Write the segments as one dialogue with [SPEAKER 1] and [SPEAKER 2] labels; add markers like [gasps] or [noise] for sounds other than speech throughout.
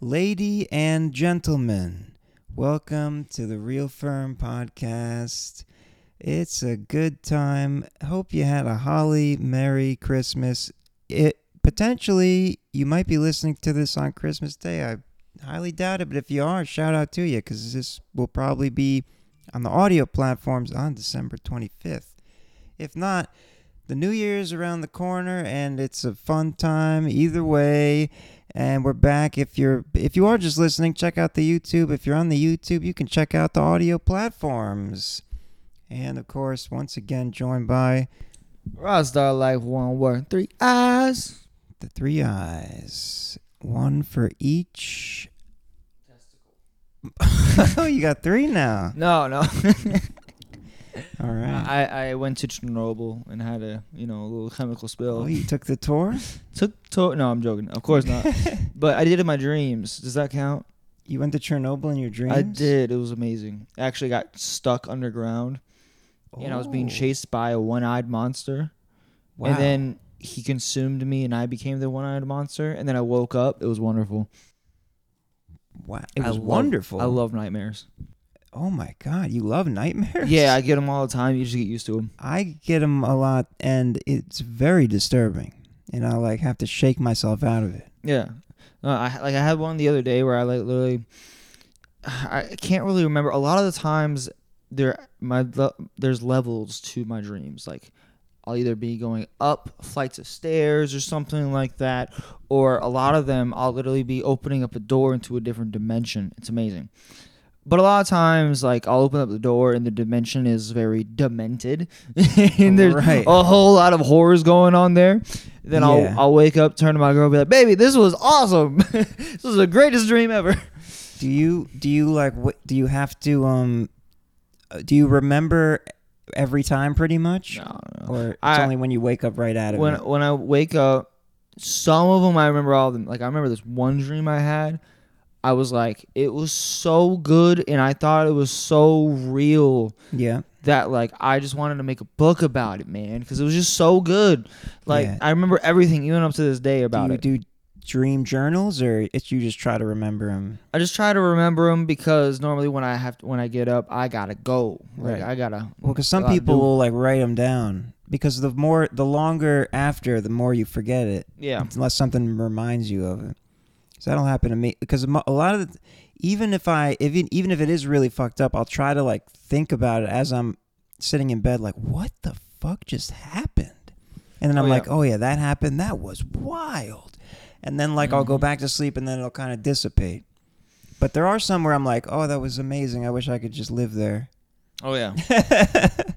[SPEAKER 1] Lady and gentlemen, welcome to the Real Firm podcast. It's a good time. Hope you had a holly merry Christmas. It potentially you might be listening to this on Christmas Day. I highly doubt it, but if you are, shout out to you because this will probably be on the audio platforms on December 25th. If not, the new year's around the corner and it's a fun time either way and we're back if you're if you are just listening check out the youtube if you're on the youtube you can check out the audio platforms and of course once again joined by
[SPEAKER 2] Rockstar Life one word, three eyes.
[SPEAKER 1] the three eyes one for each oh [laughs] you got three now
[SPEAKER 2] No, no.
[SPEAKER 1] all right
[SPEAKER 2] [laughs] I, I went to Chernobyl and had a you know a little chemical
[SPEAKER 1] oh
[SPEAKER 2] spill.
[SPEAKER 1] you took the tour
[SPEAKER 2] Took to- no, I'm joking. Of course not. but I did it in my dreams. Does that count?
[SPEAKER 1] you went to chernobyl in your dreams
[SPEAKER 2] I did. It was amazing. I actually got stuck underground and I was being
[SPEAKER 1] Oh,
[SPEAKER 2] chased by a one-eyed monster.
[SPEAKER 1] wow.
[SPEAKER 2] And then he consumed me and I became the one-eyed monster. And then I woke up. It was wonderful.
[SPEAKER 1] wow it
[SPEAKER 2] I
[SPEAKER 1] was
[SPEAKER 2] love-
[SPEAKER 1] wonderful
[SPEAKER 2] I love nightmares.
[SPEAKER 1] Oh my god, you love nightmares?
[SPEAKER 2] yeah, I get them all the time. You just get used to them.
[SPEAKER 1] I get them a lot and it's very disturbing. And I like have to shake myself out of it.
[SPEAKER 2] Yeah, uh, I like I had one the other day where I like literally, I can't really remember. A lot of the times there my le- there's levels to my dreams. Like I'll either be going up flights of stairs or something like that, or a lot of them I'll literally be opening up a door into a different dimension. It's amazing. But a lot of times, like I'll open up the door and the dimension is very demented, [laughs] and there's
[SPEAKER 1] Right.
[SPEAKER 2] a whole lot of horrors going on there. Then
[SPEAKER 1] Yeah.
[SPEAKER 2] I'll I'll wake up, turn to my girl, and be like, "Baby, this was awesome. [laughs] this was the greatest dream ever."
[SPEAKER 1] Do you do you like what do you have to um uh, do you remember every time pretty much?
[SPEAKER 2] No, no.
[SPEAKER 1] Or it's
[SPEAKER 2] I-
[SPEAKER 1] only when you wake up right out of
[SPEAKER 2] When
[SPEAKER 1] it.
[SPEAKER 2] when I wake up, some of them I remember all of them. Like I remember this one dream I had. I was like, it was so good, and I thought it was so real
[SPEAKER 1] Yeah.
[SPEAKER 2] that like I just wanted to make a book about it, man, because it was just so good. Like
[SPEAKER 1] Yeah.
[SPEAKER 2] I remember everything, even up to this day,
[SPEAKER 1] Do
[SPEAKER 2] about
[SPEAKER 1] you
[SPEAKER 2] it.
[SPEAKER 1] do dream journals or it's you just try to remember them?
[SPEAKER 2] I just try to remember them because normally when I have to, when I get up, I gotta go. Like,
[SPEAKER 1] Right.
[SPEAKER 2] I gotta.
[SPEAKER 1] Well, because some
[SPEAKER 2] Uh, do-
[SPEAKER 1] people will like write them down because the more the longer after, the more you forget it.
[SPEAKER 2] Yeah.
[SPEAKER 1] unless something reminds you of it. So that'll happen to me because a mo- a lot of the, even if I if it, even if it is really fucked up, I'll try to like think about it as I'm sitting in bed, like what the fuck just happened, and then I'm
[SPEAKER 2] Oh, yeah.
[SPEAKER 1] like, oh yeah, that happened. That was wild, and then like I'll
[SPEAKER 2] Mm-hmm.
[SPEAKER 1] go back to sleep, and then it'll kind of dissipate. But there are some where I'm like, oh, that was amazing. I wish I could just live there. [laughs]
[SPEAKER 2] Oh yeah.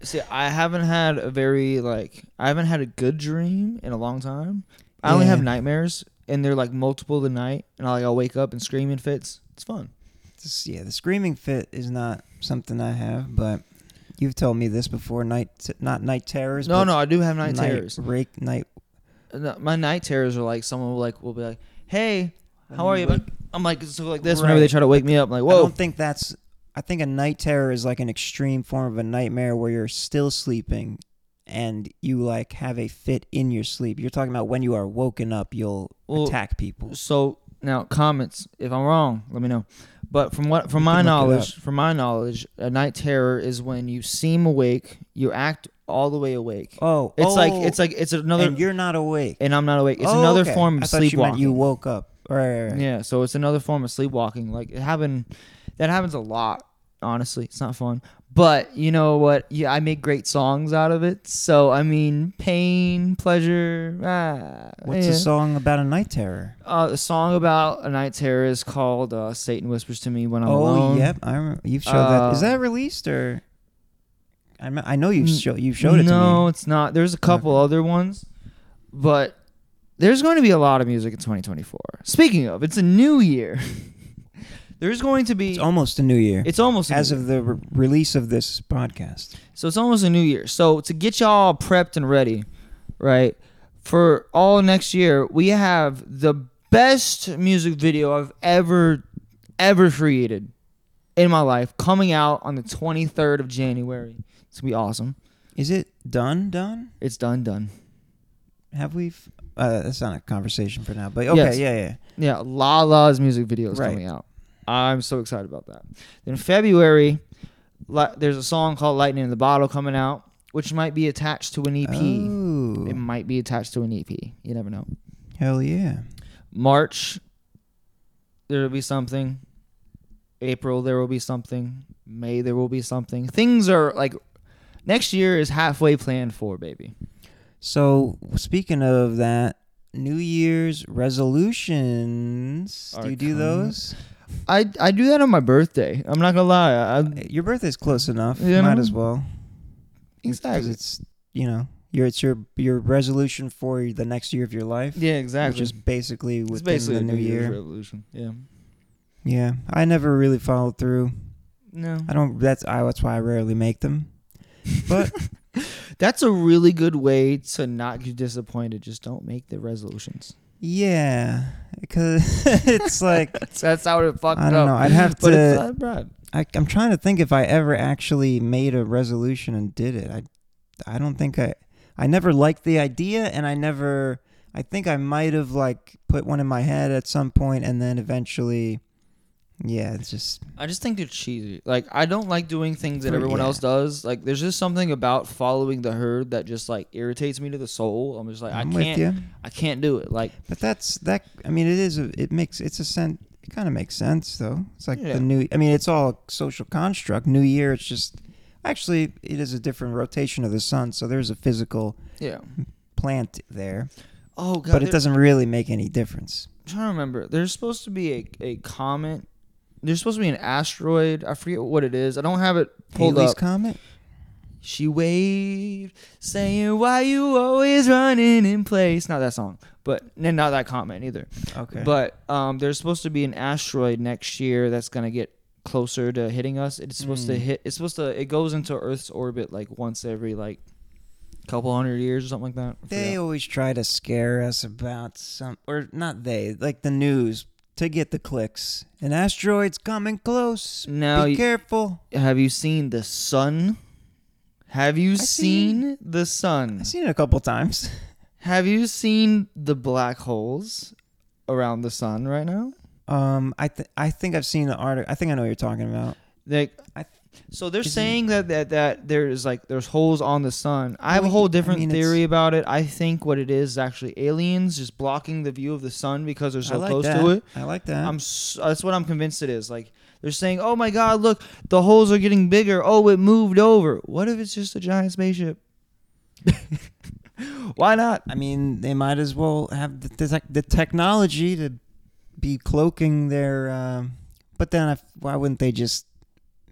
[SPEAKER 2] See, I haven't had a very like I haven't had a good dream in a long time. I only
[SPEAKER 1] Yeah.
[SPEAKER 2] have nightmares, and they're like multiple the night, and I like I'll wake up and scream in fits. It's fun.
[SPEAKER 1] This, yeah, the screaming fit is not something I have, but you've told me this before. Night, t- not night terrors.
[SPEAKER 2] No,
[SPEAKER 1] but
[SPEAKER 2] no, I do have night, terrors.
[SPEAKER 1] Rake night.
[SPEAKER 2] No, My night terrors are like someone will like will be like, "Hey, how are you?" But I'm like so like this whenever they
[SPEAKER 1] Right.
[SPEAKER 2] try to wake me up. I'm like,
[SPEAKER 1] I
[SPEAKER 2] whoa,
[SPEAKER 1] don't think that's. I think a night terror is like an extreme form of a nightmare where you're still sleeping, and you like have a fit in your sleep. You're talking about when you are woken up, you'll
[SPEAKER 2] Well,
[SPEAKER 1] attack people.
[SPEAKER 2] So now comments. If I'm wrong, let me know. But from what from my
[SPEAKER 1] can look it
[SPEAKER 2] knowledge, from my knowledge, a night terror is when you seem awake, you act all the way awake.
[SPEAKER 1] Oh,
[SPEAKER 2] it's like
[SPEAKER 1] oh,
[SPEAKER 2] it's like it's another
[SPEAKER 1] and
[SPEAKER 2] and,
[SPEAKER 1] you're not awake.
[SPEAKER 2] I'm not awake. It's
[SPEAKER 1] Oh,
[SPEAKER 2] another
[SPEAKER 1] okay.
[SPEAKER 2] form of
[SPEAKER 1] I thought you meant
[SPEAKER 2] sleepwalking.
[SPEAKER 1] you woke up. Right, right, right.
[SPEAKER 2] Yeah, so it's another form of sleepwalking. Like it happened that happens a lot, honestly. It's not fun. But you know what? Yeah, I make great songs out of it. So I mean, pain, pleasure. Ah,
[SPEAKER 1] What's
[SPEAKER 2] yeah.
[SPEAKER 1] a song about a night terror?
[SPEAKER 2] Uh, a song about a night terror is called uh, "Satan Whispers to Me When I'm
[SPEAKER 1] oh,
[SPEAKER 2] Alone."
[SPEAKER 1] yep. I remember. You've showed that. Is
[SPEAKER 2] Uh,
[SPEAKER 1] that released or? I me- I know you've
[SPEAKER 2] N-
[SPEAKER 1] show, you showed it
[SPEAKER 2] no, it's not. There's a couple other ones, but there's going to be a lot of music in 2024. Speaking of, it's a new year. [laughs] there's going to
[SPEAKER 1] to me.
[SPEAKER 2] be.
[SPEAKER 1] It's almost a new year
[SPEAKER 2] It's almost a
[SPEAKER 1] as
[SPEAKER 2] new
[SPEAKER 1] of the re- release of this podcast.
[SPEAKER 2] So it's almost a new year. So to get y'all prepped and ready, right, for all next year, we have the best music video I've ever ever created in my life coming out on the 23rd of January. It's going to be awesome.
[SPEAKER 1] Is it done? Done?
[SPEAKER 2] It's done done.
[SPEAKER 1] Have we? F- Uh, that's not a conversation for now, but okay,
[SPEAKER 2] Yes.
[SPEAKER 1] yeah, yeah.
[SPEAKER 2] Yeah, La La's music video is
[SPEAKER 1] Right.
[SPEAKER 2] coming out. I'm so excited about that. Then February, li- there's a song called "Lightning in the Bottle" coming out, which might be attached to an EP. It
[SPEAKER 1] Oh,
[SPEAKER 2] might be attached to an EP. You never know.
[SPEAKER 1] hell yeah.
[SPEAKER 2] March, there will be something. April, there will be something. May, there will be something. Things are like next year is halfway planned for, baby.
[SPEAKER 1] So speaking of that, New Year's resolutions.
[SPEAKER 2] Are
[SPEAKER 1] do you do
[SPEAKER 2] coming.
[SPEAKER 1] those?
[SPEAKER 2] I, I do that on my birthday. I'm not gonna lie. I, I-
[SPEAKER 1] Eh, Your birthday's close enough.
[SPEAKER 2] You
[SPEAKER 1] Might
[SPEAKER 2] know?
[SPEAKER 1] as well. 'Cause
[SPEAKER 2] exactly.
[SPEAKER 1] it's you know your it's your your resolution for the next year of your life,
[SPEAKER 2] Yeah, exactly.
[SPEAKER 1] which is basically
[SPEAKER 2] It's
[SPEAKER 1] within
[SPEAKER 2] basically
[SPEAKER 1] the
[SPEAKER 2] a
[SPEAKER 1] new
[SPEAKER 2] Year's
[SPEAKER 1] year.
[SPEAKER 2] revolution. Yeah.
[SPEAKER 1] Yeah, I never really followed through.
[SPEAKER 2] No.
[SPEAKER 1] I don't. That's I. That's why I rarely make them. But
[SPEAKER 2] That's a really good way to not get disappointed. Just don't make the resolutions.
[SPEAKER 1] yeah, because [laughs]
[SPEAKER 2] [laughs]
[SPEAKER 1] it's like
[SPEAKER 2] That's, that's how it fucked
[SPEAKER 1] I don't
[SPEAKER 2] up.
[SPEAKER 1] know, I'd have
[SPEAKER 2] but
[SPEAKER 1] to-
[SPEAKER 2] It's not bad.
[SPEAKER 1] I, I'm trying to think if I ever actually made a resolution and did it. I, I don't think I. I never liked the idea, and I never. I think I might have like put one in my head at some point, and then eventually, yeah, it's just
[SPEAKER 2] I just think they're cheesy. Like I don't like doing things that
[SPEAKER 1] Pretty-
[SPEAKER 2] everyone
[SPEAKER 1] yeah.
[SPEAKER 2] else does. Like there's just something about following the herd that just like irritates me to the soul. I'm just like
[SPEAKER 1] I'm
[SPEAKER 2] I'm I
[SPEAKER 1] with
[SPEAKER 2] can not
[SPEAKER 1] you.
[SPEAKER 2] I can't do it. Like
[SPEAKER 1] But that's that. I mean, it is. A, it makes. It's a sense. It kind of makes sense, though. It's like
[SPEAKER 2] Yeah.
[SPEAKER 1] the new. I mean, it's all a social construct. New Year. It's just. Actually, it is a different rotation of the sun, so there's a physical
[SPEAKER 2] yeah.
[SPEAKER 1] plant there,
[SPEAKER 2] Oh god.
[SPEAKER 1] but it
[SPEAKER 2] they're-
[SPEAKER 1] doesn't really make any difference.
[SPEAKER 2] I'm trying to remember. There's supposed to be a, a comet. There's supposed to be an asteroid. I forget what it is. I don't have it pulled
[SPEAKER 1] Haley's
[SPEAKER 2] up.
[SPEAKER 1] Comet.
[SPEAKER 2] She waved, saying, "Why you always running in place?" Not that song, but and not that comment either.
[SPEAKER 1] Okay.
[SPEAKER 2] But um, there's supposed to be an asteroid next year that's gonna get closer to hitting us. It's supposed to
[SPEAKER 1] Mm.
[SPEAKER 2] hit. It's supposed to. It goes into Earth's orbit like once every like couple hundred years or something like that. I
[SPEAKER 1] they
[SPEAKER 2] forgot.
[SPEAKER 1] always try to scare us about some, or not they, like the news to get the clicks. An asteroid's coming close.
[SPEAKER 2] Now,
[SPEAKER 1] Be
[SPEAKER 2] y-
[SPEAKER 1] careful.
[SPEAKER 2] have you seen the sun? Have you
[SPEAKER 1] seen-
[SPEAKER 2] seen, the sun?
[SPEAKER 1] I've seen it a couple times. [laughs]
[SPEAKER 2] Have you seen the black holes around the sun right now?
[SPEAKER 1] Um, I th- I think I've seen the article. I think I know what you're talking about.
[SPEAKER 2] Like,
[SPEAKER 1] I-
[SPEAKER 2] so they're
[SPEAKER 1] Isn't-
[SPEAKER 2] saying that that that there's like there's holes on the sun. I have a
[SPEAKER 1] Well,
[SPEAKER 2] whole
[SPEAKER 1] y- I
[SPEAKER 2] different
[SPEAKER 1] mean, it's-
[SPEAKER 2] theory about it. I think what it is is actually aliens just blocking the view of the sun because they're
[SPEAKER 1] I
[SPEAKER 2] so
[SPEAKER 1] like
[SPEAKER 2] close
[SPEAKER 1] that.
[SPEAKER 2] to it.
[SPEAKER 1] I like that.
[SPEAKER 2] I'm s that's what I'm convinced it is. Like they're saying, "Oh my God, look, the holes are getting bigger. Oh, it moved over. What if it's just a giant spaceship? [laughs] Why not?
[SPEAKER 1] I mean, they might as well have the the, tech the technology to be cloaking their. Um, but then, I, why wouldn't they just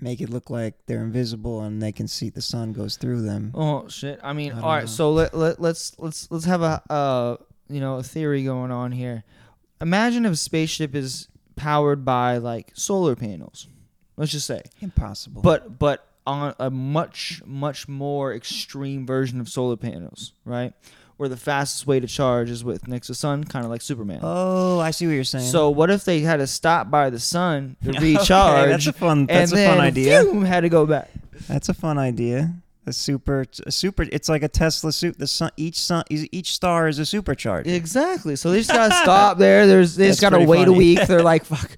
[SPEAKER 1] make it look like they're invisible and they can see the sun goes through them?
[SPEAKER 2] Oh shit! I mean,
[SPEAKER 1] I don't
[SPEAKER 2] all right.
[SPEAKER 1] know.
[SPEAKER 2] So let, let let's let's let's have a uh you know a theory going on here. Imagine if a spaceship is powered by like solar panels. Let's just say,
[SPEAKER 1] Impossible.
[SPEAKER 2] but but on a much much more extreme version of solar panels, right? Where the fastest way to charge is with next to the sun, kind of like Superman.
[SPEAKER 1] oh, I see what you're saying.
[SPEAKER 2] so what if they had to stop by the sun to
[SPEAKER 1] [laughs] Okay,
[SPEAKER 2] recharge,
[SPEAKER 1] that's a fun.
[SPEAKER 2] and
[SPEAKER 1] That's a
[SPEAKER 2] then
[SPEAKER 1] fun idea.
[SPEAKER 2] phew, had to go back?
[SPEAKER 1] That's a fun idea. A super, a super. It's like a Tesla suit. The sun, each sun, each star is a supercharger.
[SPEAKER 2] Exactly. So they just
[SPEAKER 1] [laughs]
[SPEAKER 2] gotta stop there. There's they just
[SPEAKER 1] That's
[SPEAKER 2] gotta
[SPEAKER 1] pretty
[SPEAKER 2] wait a
[SPEAKER 1] funny.
[SPEAKER 2] week. They're like,
[SPEAKER 1] [laughs]
[SPEAKER 2] fuck.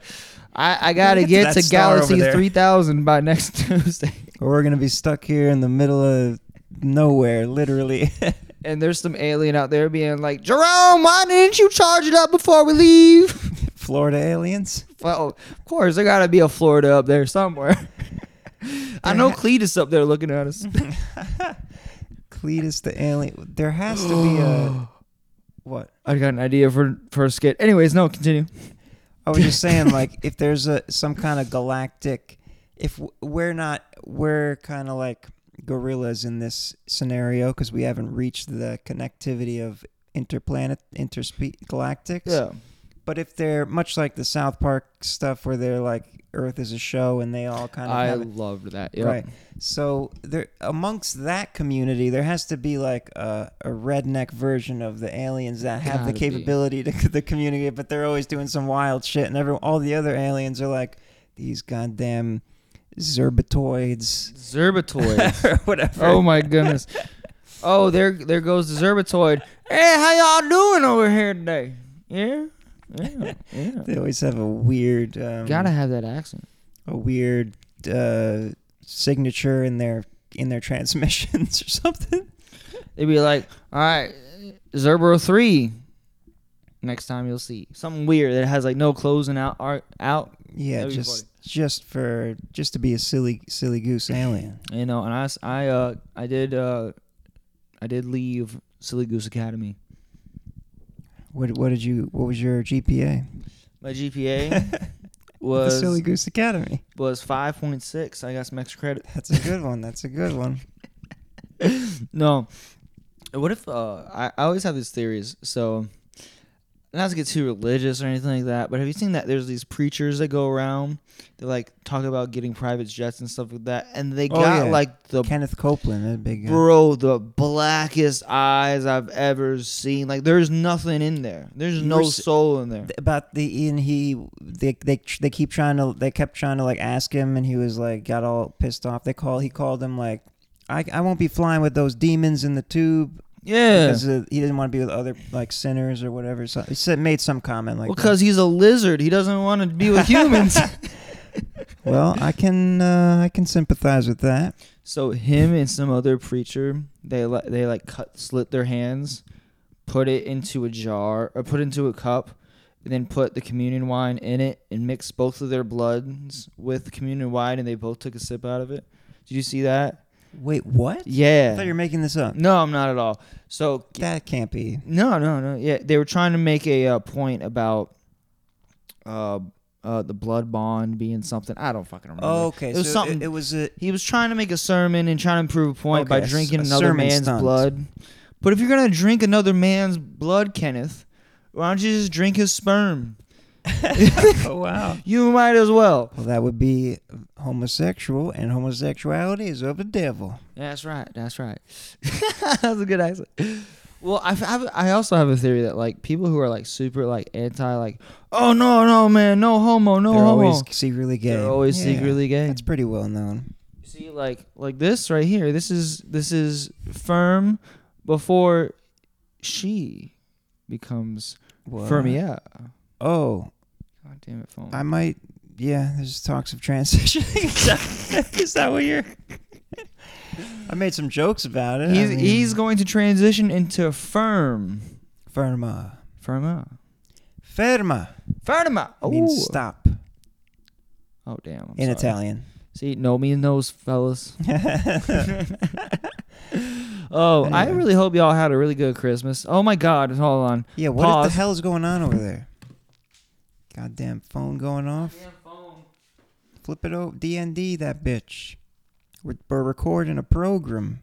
[SPEAKER 2] I, I gotta
[SPEAKER 1] Get to
[SPEAKER 2] get
[SPEAKER 1] that
[SPEAKER 2] to
[SPEAKER 1] star over
[SPEAKER 2] Galaxy
[SPEAKER 1] there.
[SPEAKER 2] three thousand by next [laughs] Tuesday.
[SPEAKER 1] Or we're gonna be stuck here in the middle of nowhere, literally. [laughs]
[SPEAKER 2] And there's some alien out there being like, Jerome, why didn't you charge it up before we leave? [laughs]
[SPEAKER 1] Florida aliens.
[SPEAKER 2] Well, of course there gotta be a Florida up there somewhere. [laughs] I know Cletus up there looking at
[SPEAKER 1] [gasps]
[SPEAKER 2] us.
[SPEAKER 1] Cletus the alien. There has to be a what?
[SPEAKER 2] [gasps] I got an idea for for a skit. Anyways, no, continue.
[SPEAKER 1] I was just saying, like, if there's a some kind of galactic, if w- we're not, we're kind of like gorillas in this scenario because we haven't reached the connectivity of interplanet, interspe galactics.
[SPEAKER 2] Yeah.
[SPEAKER 1] But if they're much like the South Park stuff, where they're like Earth is a show, and they all kind of
[SPEAKER 2] I
[SPEAKER 1] have
[SPEAKER 2] loved that. Yeah.
[SPEAKER 1] Right. So there, amongst that community, there has to be like a, a redneck version of the aliens that have the
[SPEAKER 2] Gotta be.
[SPEAKER 1] capability to, to communicate, but they're always doing some wild shit, and every all the other aliens are like these goddamn zerbatoids [laughs]
[SPEAKER 2] Zerbatoid.
[SPEAKER 1] or whatever.
[SPEAKER 2] oh my Oh goodness. Oh, there there goes the Zerbatoid. Hey, how y'all doing over here today? Yeah, yeah, yeah.
[SPEAKER 1] They always have a weird, um,
[SPEAKER 2] Gotta have that accent.
[SPEAKER 1] a weird uh, signature in their in their [laughs] transmissions or something.
[SPEAKER 2] They'd be like, all right, Zerbro three. Next time you'll see something weird that has like no closing out art out.
[SPEAKER 1] Yeah,
[SPEAKER 2] That'd be
[SPEAKER 1] just just for just to be a silly silly goose alien.
[SPEAKER 2] You know, and I s- I uh I did uh I did leave Silly Goose Academy.
[SPEAKER 1] What what did you? What was your GPA?
[SPEAKER 2] My [laughs]
[SPEAKER 1] [laughs]
[SPEAKER 2] GPA
[SPEAKER 1] the
[SPEAKER 2] was
[SPEAKER 1] Silly Goose Academy.
[SPEAKER 2] was five point six. I got some extra credit.
[SPEAKER 1] That's a good one. That's a good one.
[SPEAKER 2] No. What if uh, I, I always have these theories? So, not to get too religious or anything like that, but have you seen that there's these preachers that go around? They like talk about getting private jets and stuff like that, and they
[SPEAKER 1] Oh,
[SPEAKER 2] got
[SPEAKER 1] yeah.
[SPEAKER 2] like the
[SPEAKER 1] [laughs] Kenneth Copeland, that big uh, guy.
[SPEAKER 2] bro, the blackest eyes I've ever seen. Like, there's nothing in there. There's
[SPEAKER 1] You
[SPEAKER 2] no
[SPEAKER 1] were s-
[SPEAKER 2] soul in there.
[SPEAKER 1] about the and he they they they keep trying to they kept trying to like ask him and he was like got all pissed off. They call he called them like I I won't be flying with those demons in the tube
[SPEAKER 2] Yeah,
[SPEAKER 1] because uh, he didn't want to be with other like sinners or whatever. So he said made some comment like
[SPEAKER 2] because he's a lizard. He doesn't want to be
[SPEAKER 1] [laughs]
[SPEAKER 2] with humans.
[SPEAKER 1] well I can uh, I can sympathize with that.
[SPEAKER 2] So him and some other preacher, they li- they like cut slit their hands, put it into a jar or put into a cup, and then put the communion wine in it and mix both of their bloods with the communion wine, and they both took a sip out of it. Did you see that?
[SPEAKER 1] Wait, what? I thought you
[SPEAKER 2] Yeah.
[SPEAKER 1] were making this up.
[SPEAKER 2] No, I'm not at all. So
[SPEAKER 1] That can't be.
[SPEAKER 2] no, no, no. Yeah, they were trying to make a uh, point about uh, uh, the blood bond being something. I don't fucking remember.
[SPEAKER 1] okay,
[SPEAKER 2] It was
[SPEAKER 1] so
[SPEAKER 2] something-
[SPEAKER 1] It, it was [laughs] a
[SPEAKER 2] He was trying to make a sermon and trying to prove a point
[SPEAKER 1] Okay,
[SPEAKER 2] by
[SPEAKER 1] a s-
[SPEAKER 2] drinking
[SPEAKER 1] a
[SPEAKER 2] another
[SPEAKER 1] sermon
[SPEAKER 2] man's
[SPEAKER 1] stunt.
[SPEAKER 2] blood. But if you're gonna drink another man's blood, Kenneth, why don't you just drink his sperm?
[SPEAKER 1] oh wow.
[SPEAKER 2] You might as well.
[SPEAKER 1] Well, that would be homosexual, and homosexuality is of the devil.
[SPEAKER 2] That's right. That's [laughs] right. that's a good accent. Well, I, I, I also have a theory that like people who are like super like anti like oh no no man no homo no
[SPEAKER 1] They're
[SPEAKER 2] homo
[SPEAKER 1] always secretly gay.
[SPEAKER 2] they're always
[SPEAKER 1] Yeah.
[SPEAKER 2] secretly gay.
[SPEAKER 1] That's pretty well known.
[SPEAKER 2] You see, like like this right here. This is this is firm before she becomes
[SPEAKER 1] Well, uh,
[SPEAKER 2] firm. Yeah.
[SPEAKER 1] Oh,
[SPEAKER 2] God damn it, phone.
[SPEAKER 1] I might. Yeah, there's talks of transitioning. [laughs] is, that- is that what you're? I made some jokes about it. I
[SPEAKER 2] he's
[SPEAKER 1] mean,
[SPEAKER 2] he's going to transition into firm.
[SPEAKER 1] firma,
[SPEAKER 2] Firma.
[SPEAKER 1] ferma
[SPEAKER 2] Firma. Oh.
[SPEAKER 1] means stop
[SPEAKER 2] oh damn. I'm
[SPEAKER 1] in
[SPEAKER 2] sorry.
[SPEAKER 1] Italian. [laughs]
[SPEAKER 2] See, no means those fellas. Oh, I
[SPEAKER 1] Anyway.
[SPEAKER 2] really hope y'all had a really good Christmas. Oh my God, hold on.
[SPEAKER 1] yeah, what
[SPEAKER 2] Pause.
[SPEAKER 1] the hell is going on over there? Goddamn phone going off. Flip it over, DND that bitch. We're, we're recording a program.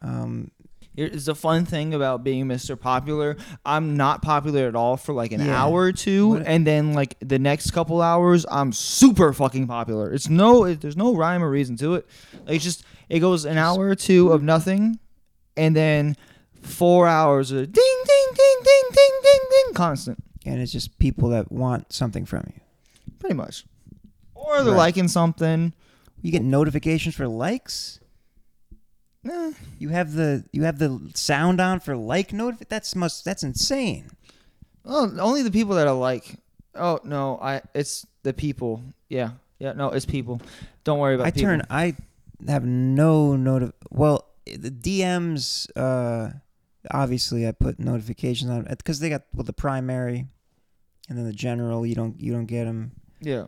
[SPEAKER 1] Um,
[SPEAKER 2] It's a fun thing about being Mr. Popular. I'm not popular at all for like an
[SPEAKER 1] Yeah.
[SPEAKER 2] hour or two,
[SPEAKER 1] What-
[SPEAKER 2] and then like the next couple hours, I'm super fucking popular. It's no, it, there's no rhyme or reason to it. Like, it's just it goes an hour or two of nothing, and then four hours of ding ding ding ding ding ding ding constant,
[SPEAKER 1] and it's just people that want something from you.
[SPEAKER 2] pretty much. Or they're
[SPEAKER 1] Right.
[SPEAKER 2] liking something.
[SPEAKER 1] You get notifications for likes.
[SPEAKER 2] Eh,
[SPEAKER 1] You have the you have the sound on for like notif. That's must. That's insane.
[SPEAKER 2] Oh, only the people that are like. Oh no, I. It's the people. Yeah, yeah. No, it's people. Don't worry about.
[SPEAKER 1] I
[SPEAKER 2] people.
[SPEAKER 1] turn. I have no notif. Well, the DMs. Uh, obviously, I put notifications on because they got well the primary, and then the general. You don't you don't get them.
[SPEAKER 2] Yeah.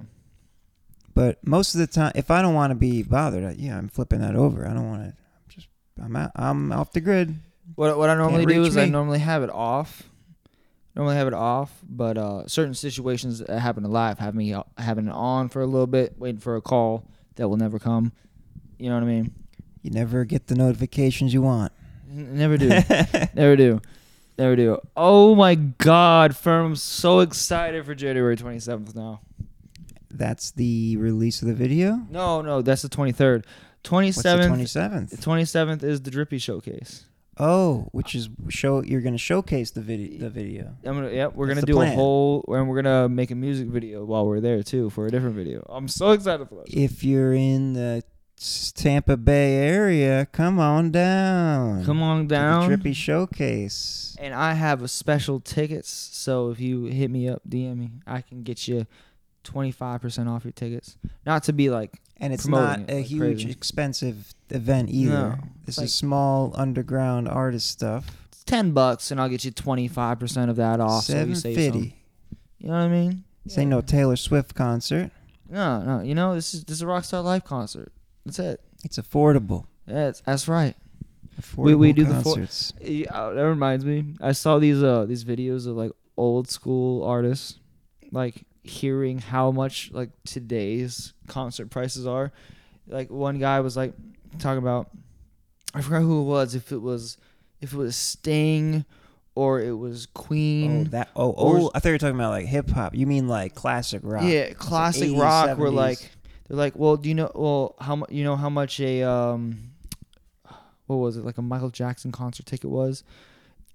[SPEAKER 1] But most of the time, if I don't want to be bothered, I, yeah, I'm flipping that over. I don't want to. I'm just. I'm out, I'm off the grid.
[SPEAKER 2] What what I normally do
[SPEAKER 1] reach
[SPEAKER 2] is I
[SPEAKER 1] me.
[SPEAKER 2] normally have it off. Normally have it off, but uh, certain situations that happen in life have me o- having it on for a little bit, waiting for a call that will never come. You know what I mean?
[SPEAKER 1] You never get the notifications you want.
[SPEAKER 2] N- never
[SPEAKER 1] [laughs]
[SPEAKER 2] do. never do. Never do. Oh my God, firm! I'm so excited for January 27th now.
[SPEAKER 1] That's the release of the video.
[SPEAKER 2] No, no, that's the 23rd.
[SPEAKER 1] What's
[SPEAKER 2] 27th
[SPEAKER 1] the 27th?
[SPEAKER 2] The 27th is the Drippy Showcase.
[SPEAKER 1] Oh, which is show you're going to showcase the video. The video.
[SPEAKER 2] I'm gonna, yep, we're
[SPEAKER 1] That's
[SPEAKER 2] gonna
[SPEAKER 1] the
[SPEAKER 2] do a
[SPEAKER 1] plan.
[SPEAKER 2] whole, and we're gonna make a music video while we're there too for a different video. I'm so excited for that.
[SPEAKER 1] If you're in the s- Tampa Bay area, come on down.
[SPEAKER 2] Come on
[SPEAKER 1] to
[SPEAKER 2] down.
[SPEAKER 1] The Trippy Showcase.
[SPEAKER 2] And I have a special tickets, so if you hit me up, DM me, I can get you twenty five percent off your tickets. Not to be like
[SPEAKER 1] And it's not
[SPEAKER 2] promoting it
[SPEAKER 1] a
[SPEAKER 2] like
[SPEAKER 1] huge,
[SPEAKER 2] crazy.
[SPEAKER 1] expensive event either.
[SPEAKER 2] No,
[SPEAKER 1] this
[SPEAKER 2] it's like-
[SPEAKER 1] is small underground artist stuff.
[SPEAKER 2] it's ten bucks and I'll get you twenty five percent of that off. So you
[SPEAKER 1] Seven
[SPEAKER 2] save
[SPEAKER 1] fifty.
[SPEAKER 2] some. You know what I mean?
[SPEAKER 1] This ain't no Taylor Swift concert.
[SPEAKER 2] No, no. You know this is this is a Rockstar Live concert. That's it.
[SPEAKER 1] It's affordable.
[SPEAKER 2] That's that's right.
[SPEAKER 1] Affordable
[SPEAKER 2] We- we do the four-
[SPEAKER 1] concerts.
[SPEAKER 2] Yeah, uh, that reminds me. I saw these uh these videos of like old school artists, like hearing how much like today's concert prices are. Like one guy was like talking about, I forgot who it was. If it was, if it was Sting, or it was
[SPEAKER 1] Oh,
[SPEAKER 2] Queen.
[SPEAKER 1] that oh
[SPEAKER 2] Or-
[SPEAKER 1] oh! I thought you were talking about like hip hop. You mean like classic rock?
[SPEAKER 2] Yeah, classic
[SPEAKER 1] 80s,
[SPEAKER 2] rock. Where
[SPEAKER 1] 70s.
[SPEAKER 2] like they're like, well, do you know? Well, how much? You know how much a um, what was it like a Michael Jackson concert ticket was?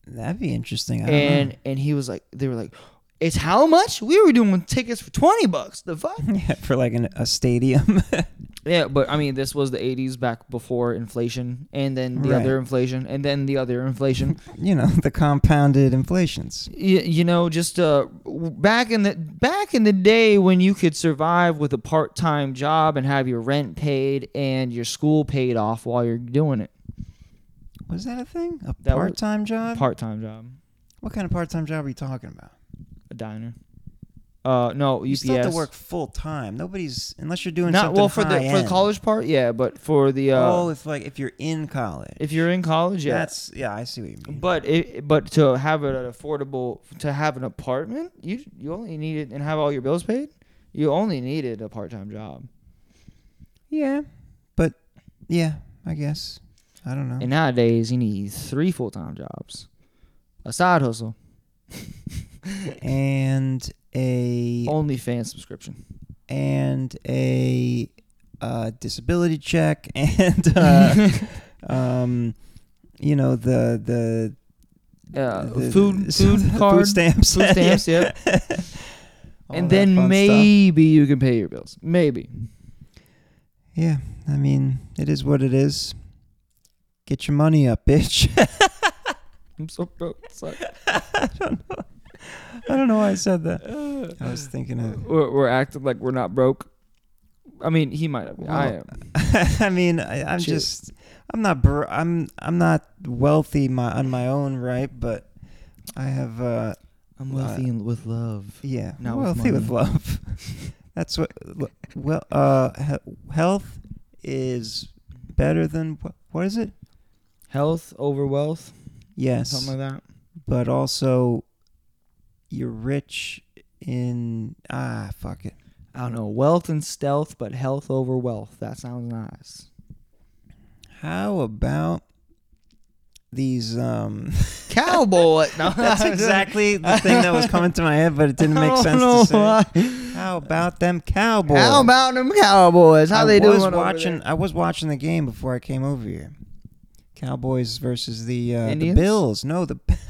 [SPEAKER 1] that'd be interesting. I don't
[SPEAKER 2] and and he was like they were like it's how much we were doing tickets for 20 bucks the fuck
[SPEAKER 1] know. [laughs] yeah, for like an, a stadium.
[SPEAKER 2] [laughs]
[SPEAKER 1] [laughs]
[SPEAKER 2] yeah but i mean this was the 80s back before inflation and then the
[SPEAKER 1] Right.
[SPEAKER 2] other inflation and then the other inflation [laughs]
[SPEAKER 1] you know the compounded inflations.
[SPEAKER 2] you, you know just uh w- back in the back in the day when you could survive with a part-time job and have your rent paid and your school paid off while you're doing it
[SPEAKER 1] Was that a thing? A
[SPEAKER 2] That was-
[SPEAKER 1] part-time job?
[SPEAKER 2] part-time job
[SPEAKER 1] what kind of part-time job are you talking about?
[SPEAKER 2] a diner uh no
[SPEAKER 1] You
[SPEAKER 2] UPS
[SPEAKER 1] still have to work full time. Nobody's unless you're doing
[SPEAKER 2] not
[SPEAKER 1] something
[SPEAKER 2] well for the for
[SPEAKER 1] high-end.
[SPEAKER 2] the college part yeah but for the uh
[SPEAKER 1] oh, if like if you're in college,
[SPEAKER 2] if you're in college yeah
[SPEAKER 1] that's yeah, I see what you mean.
[SPEAKER 2] But it, but to have it an affordable to have an apartment, you you only need it and have all your bills paid. You only needed a part time job,
[SPEAKER 1] yeah, but yeah, I guess I don't know.
[SPEAKER 2] and nowadays you need three full time jobs, a side hustle,
[SPEAKER 1] And a
[SPEAKER 2] only fan subscription.
[SPEAKER 1] and a uh, disability check [laughs] and
[SPEAKER 2] [laughs]
[SPEAKER 1] uh, um, you know the the,
[SPEAKER 2] Uh,
[SPEAKER 1] the-
[SPEAKER 2] food food
[SPEAKER 1] [laughs] food
[SPEAKER 2] card,
[SPEAKER 1] stamps
[SPEAKER 2] food stamps, yep.
[SPEAKER 1] [laughs] All
[SPEAKER 2] and
[SPEAKER 1] that
[SPEAKER 2] then
[SPEAKER 1] fun stuff.
[SPEAKER 2] maybe you can pay your bills. Maybe
[SPEAKER 1] yeah I mean it is what it is get your money up [laughs] bitch
[SPEAKER 2] I'm so broke. It's
[SPEAKER 1] [laughs]
[SPEAKER 2] like,
[SPEAKER 1] I don't know why I said that
[SPEAKER 2] uh,
[SPEAKER 1] I was thinking of
[SPEAKER 2] we're, we're acting like we're not broke. I mean, he might. Have, been. I
[SPEAKER 1] Well,
[SPEAKER 2] am.
[SPEAKER 1] [laughs] I mean, I, I'm
[SPEAKER 2] Chew.
[SPEAKER 1] just, I'm not, br- I'm, I'm not wealthy my on my own right, but I have, uh,
[SPEAKER 2] I'm
[SPEAKER 1] wealthy
[SPEAKER 2] and with love.
[SPEAKER 1] yeah,
[SPEAKER 2] Not with
[SPEAKER 1] wealthy with,
[SPEAKER 2] money.
[SPEAKER 1] love. [laughs] That's what. look, Well, uh, he- health is better than wh- what is it?
[SPEAKER 2] Health over wealth.
[SPEAKER 1] Yes,
[SPEAKER 2] Something like that.
[SPEAKER 1] but also you're rich in ah fuck it.
[SPEAKER 2] I don't know. Wealth and stealth, but health over wealth. That sounds nice.
[SPEAKER 1] How about these um [laughs]
[SPEAKER 2] Cowboy. [laughs] no,
[SPEAKER 1] That's exactly the thing that was coming to my head, but it didn't [laughs] make sense to say. How about them Cowboys?
[SPEAKER 2] How about them cowboys? How
[SPEAKER 1] I
[SPEAKER 2] they
[SPEAKER 1] was
[SPEAKER 2] doing?
[SPEAKER 1] watching. I was watching the game before I came over here. Cowboys versus the, uh, the
[SPEAKER 2] Indians?
[SPEAKER 1] Bills. No, the [laughs]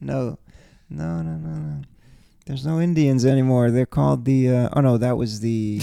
[SPEAKER 1] no, no, no, no, no. There's no Indians anymore. They're called the. Uh, oh no, that
[SPEAKER 2] [laughs]
[SPEAKER 1] was the.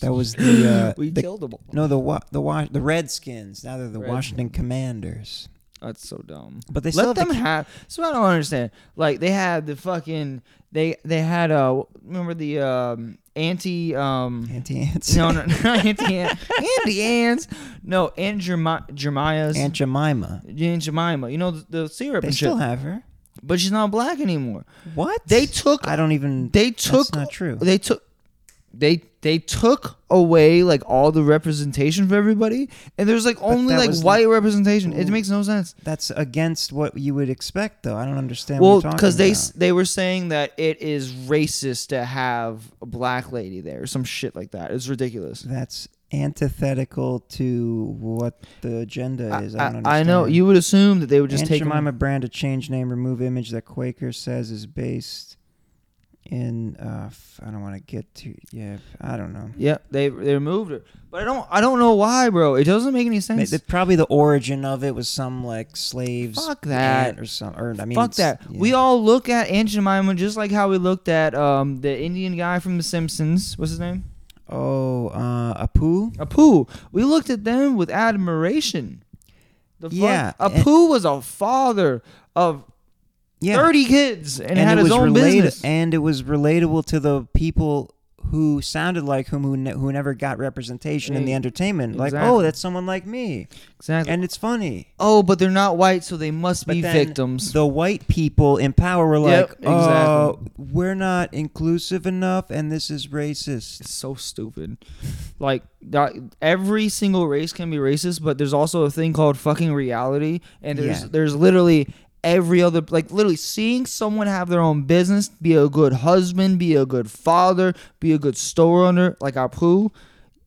[SPEAKER 1] that was the. Uh,
[SPEAKER 2] we
[SPEAKER 1] the
[SPEAKER 2] killed them. All.
[SPEAKER 1] no, the wa- the wa- the Redskins. Now they're the
[SPEAKER 2] Redskins.
[SPEAKER 1] Washington Commanders.
[SPEAKER 2] That's so dumb.
[SPEAKER 1] But they still
[SPEAKER 2] Let
[SPEAKER 1] have
[SPEAKER 2] them
[SPEAKER 1] the
[SPEAKER 2] have. So I don't understand. Like they had the fucking. They they had uh remember the um anti um
[SPEAKER 1] [laughs] anti-ants.
[SPEAKER 2] no [laughs] no not anti anti ants no and Jermi- Jeremiah's
[SPEAKER 1] [laughs] Aunt Jemima.
[SPEAKER 2] Aunt Jemima. You know the, the syrup
[SPEAKER 1] They
[SPEAKER 2] and
[SPEAKER 1] still
[SPEAKER 2] shit.
[SPEAKER 1] have her.
[SPEAKER 2] But she's not black anymore.
[SPEAKER 1] What?
[SPEAKER 2] They took.
[SPEAKER 1] I don't even.
[SPEAKER 2] They took.
[SPEAKER 1] That's not true.
[SPEAKER 2] They took. They they took away like all the representation for everybody, and there's like only
[SPEAKER 1] that
[SPEAKER 2] like
[SPEAKER 1] was
[SPEAKER 2] white representation. It makes no sense.
[SPEAKER 1] That's against what you would expect, though. I don't understand.
[SPEAKER 2] Well,
[SPEAKER 1] what you're
[SPEAKER 2] because
[SPEAKER 1] because
[SPEAKER 2] they s they were saying that it is racist to have a black lady there, or some shit like that. It's ridiculous.
[SPEAKER 1] that's antithetical to what the agenda
[SPEAKER 2] I,
[SPEAKER 1] is. I, don't understand.
[SPEAKER 2] I- I know you would assume that they would just
[SPEAKER 1] Aunt
[SPEAKER 2] take them-
[SPEAKER 1] Jemima brand to change name, remove image that Quaker says is based in. Uh, f- I don't want to get too. Yeah, I don't know.
[SPEAKER 2] Yeah, they they removed her, but I don't I don't know why, bro. It doesn't make any
[SPEAKER 1] They-
[SPEAKER 2] sense.
[SPEAKER 1] they- probably the origin of it was some like slaves.
[SPEAKER 2] Fuck that.
[SPEAKER 1] aunt or some. Or I mean,
[SPEAKER 2] Fuck
[SPEAKER 1] it's-
[SPEAKER 2] that.
[SPEAKER 1] yeah.
[SPEAKER 2] We all look at Aunt Jemima just like how we looked at um, the Indian guy from The Simpsons. What's his name?
[SPEAKER 1] Oh, uh, Apu.
[SPEAKER 2] Apu. We looked at them with admiration. The fuck-
[SPEAKER 1] Yeah, and-
[SPEAKER 2] Apu was a father of
[SPEAKER 1] Yeah,
[SPEAKER 2] 30 kids and, had
[SPEAKER 1] it
[SPEAKER 2] his
[SPEAKER 1] was
[SPEAKER 2] own
[SPEAKER 1] relata-
[SPEAKER 2] business.
[SPEAKER 1] and it was relatable to the people who sounded like whom who, ne- who never got representation in the
[SPEAKER 2] Hey,
[SPEAKER 1] entertainment. Like,
[SPEAKER 2] Eh,
[SPEAKER 1] oh,
[SPEAKER 2] exactly.
[SPEAKER 1] that's someone like me,
[SPEAKER 2] exactly.
[SPEAKER 1] and it's funny.
[SPEAKER 2] oh, but they're not white, so they must
[SPEAKER 1] But
[SPEAKER 2] be
[SPEAKER 1] then
[SPEAKER 2] victims.
[SPEAKER 1] The white people in power were like,
[SPEAKER 2] Yep,
[SPEAKER 1] "Oh, we're not inclusive enough, and this is racist."
[SPEAKER 2] It's so stupid. Like that, every single race can be racist, but there's also a thing called fucking reality, and there's
[SPEAKER 1] Yeah.
[SPEAKER 2] there's literally every other like literally seeing someone have their own business, be a good husband, be a good father, be a good store owner, like Apu.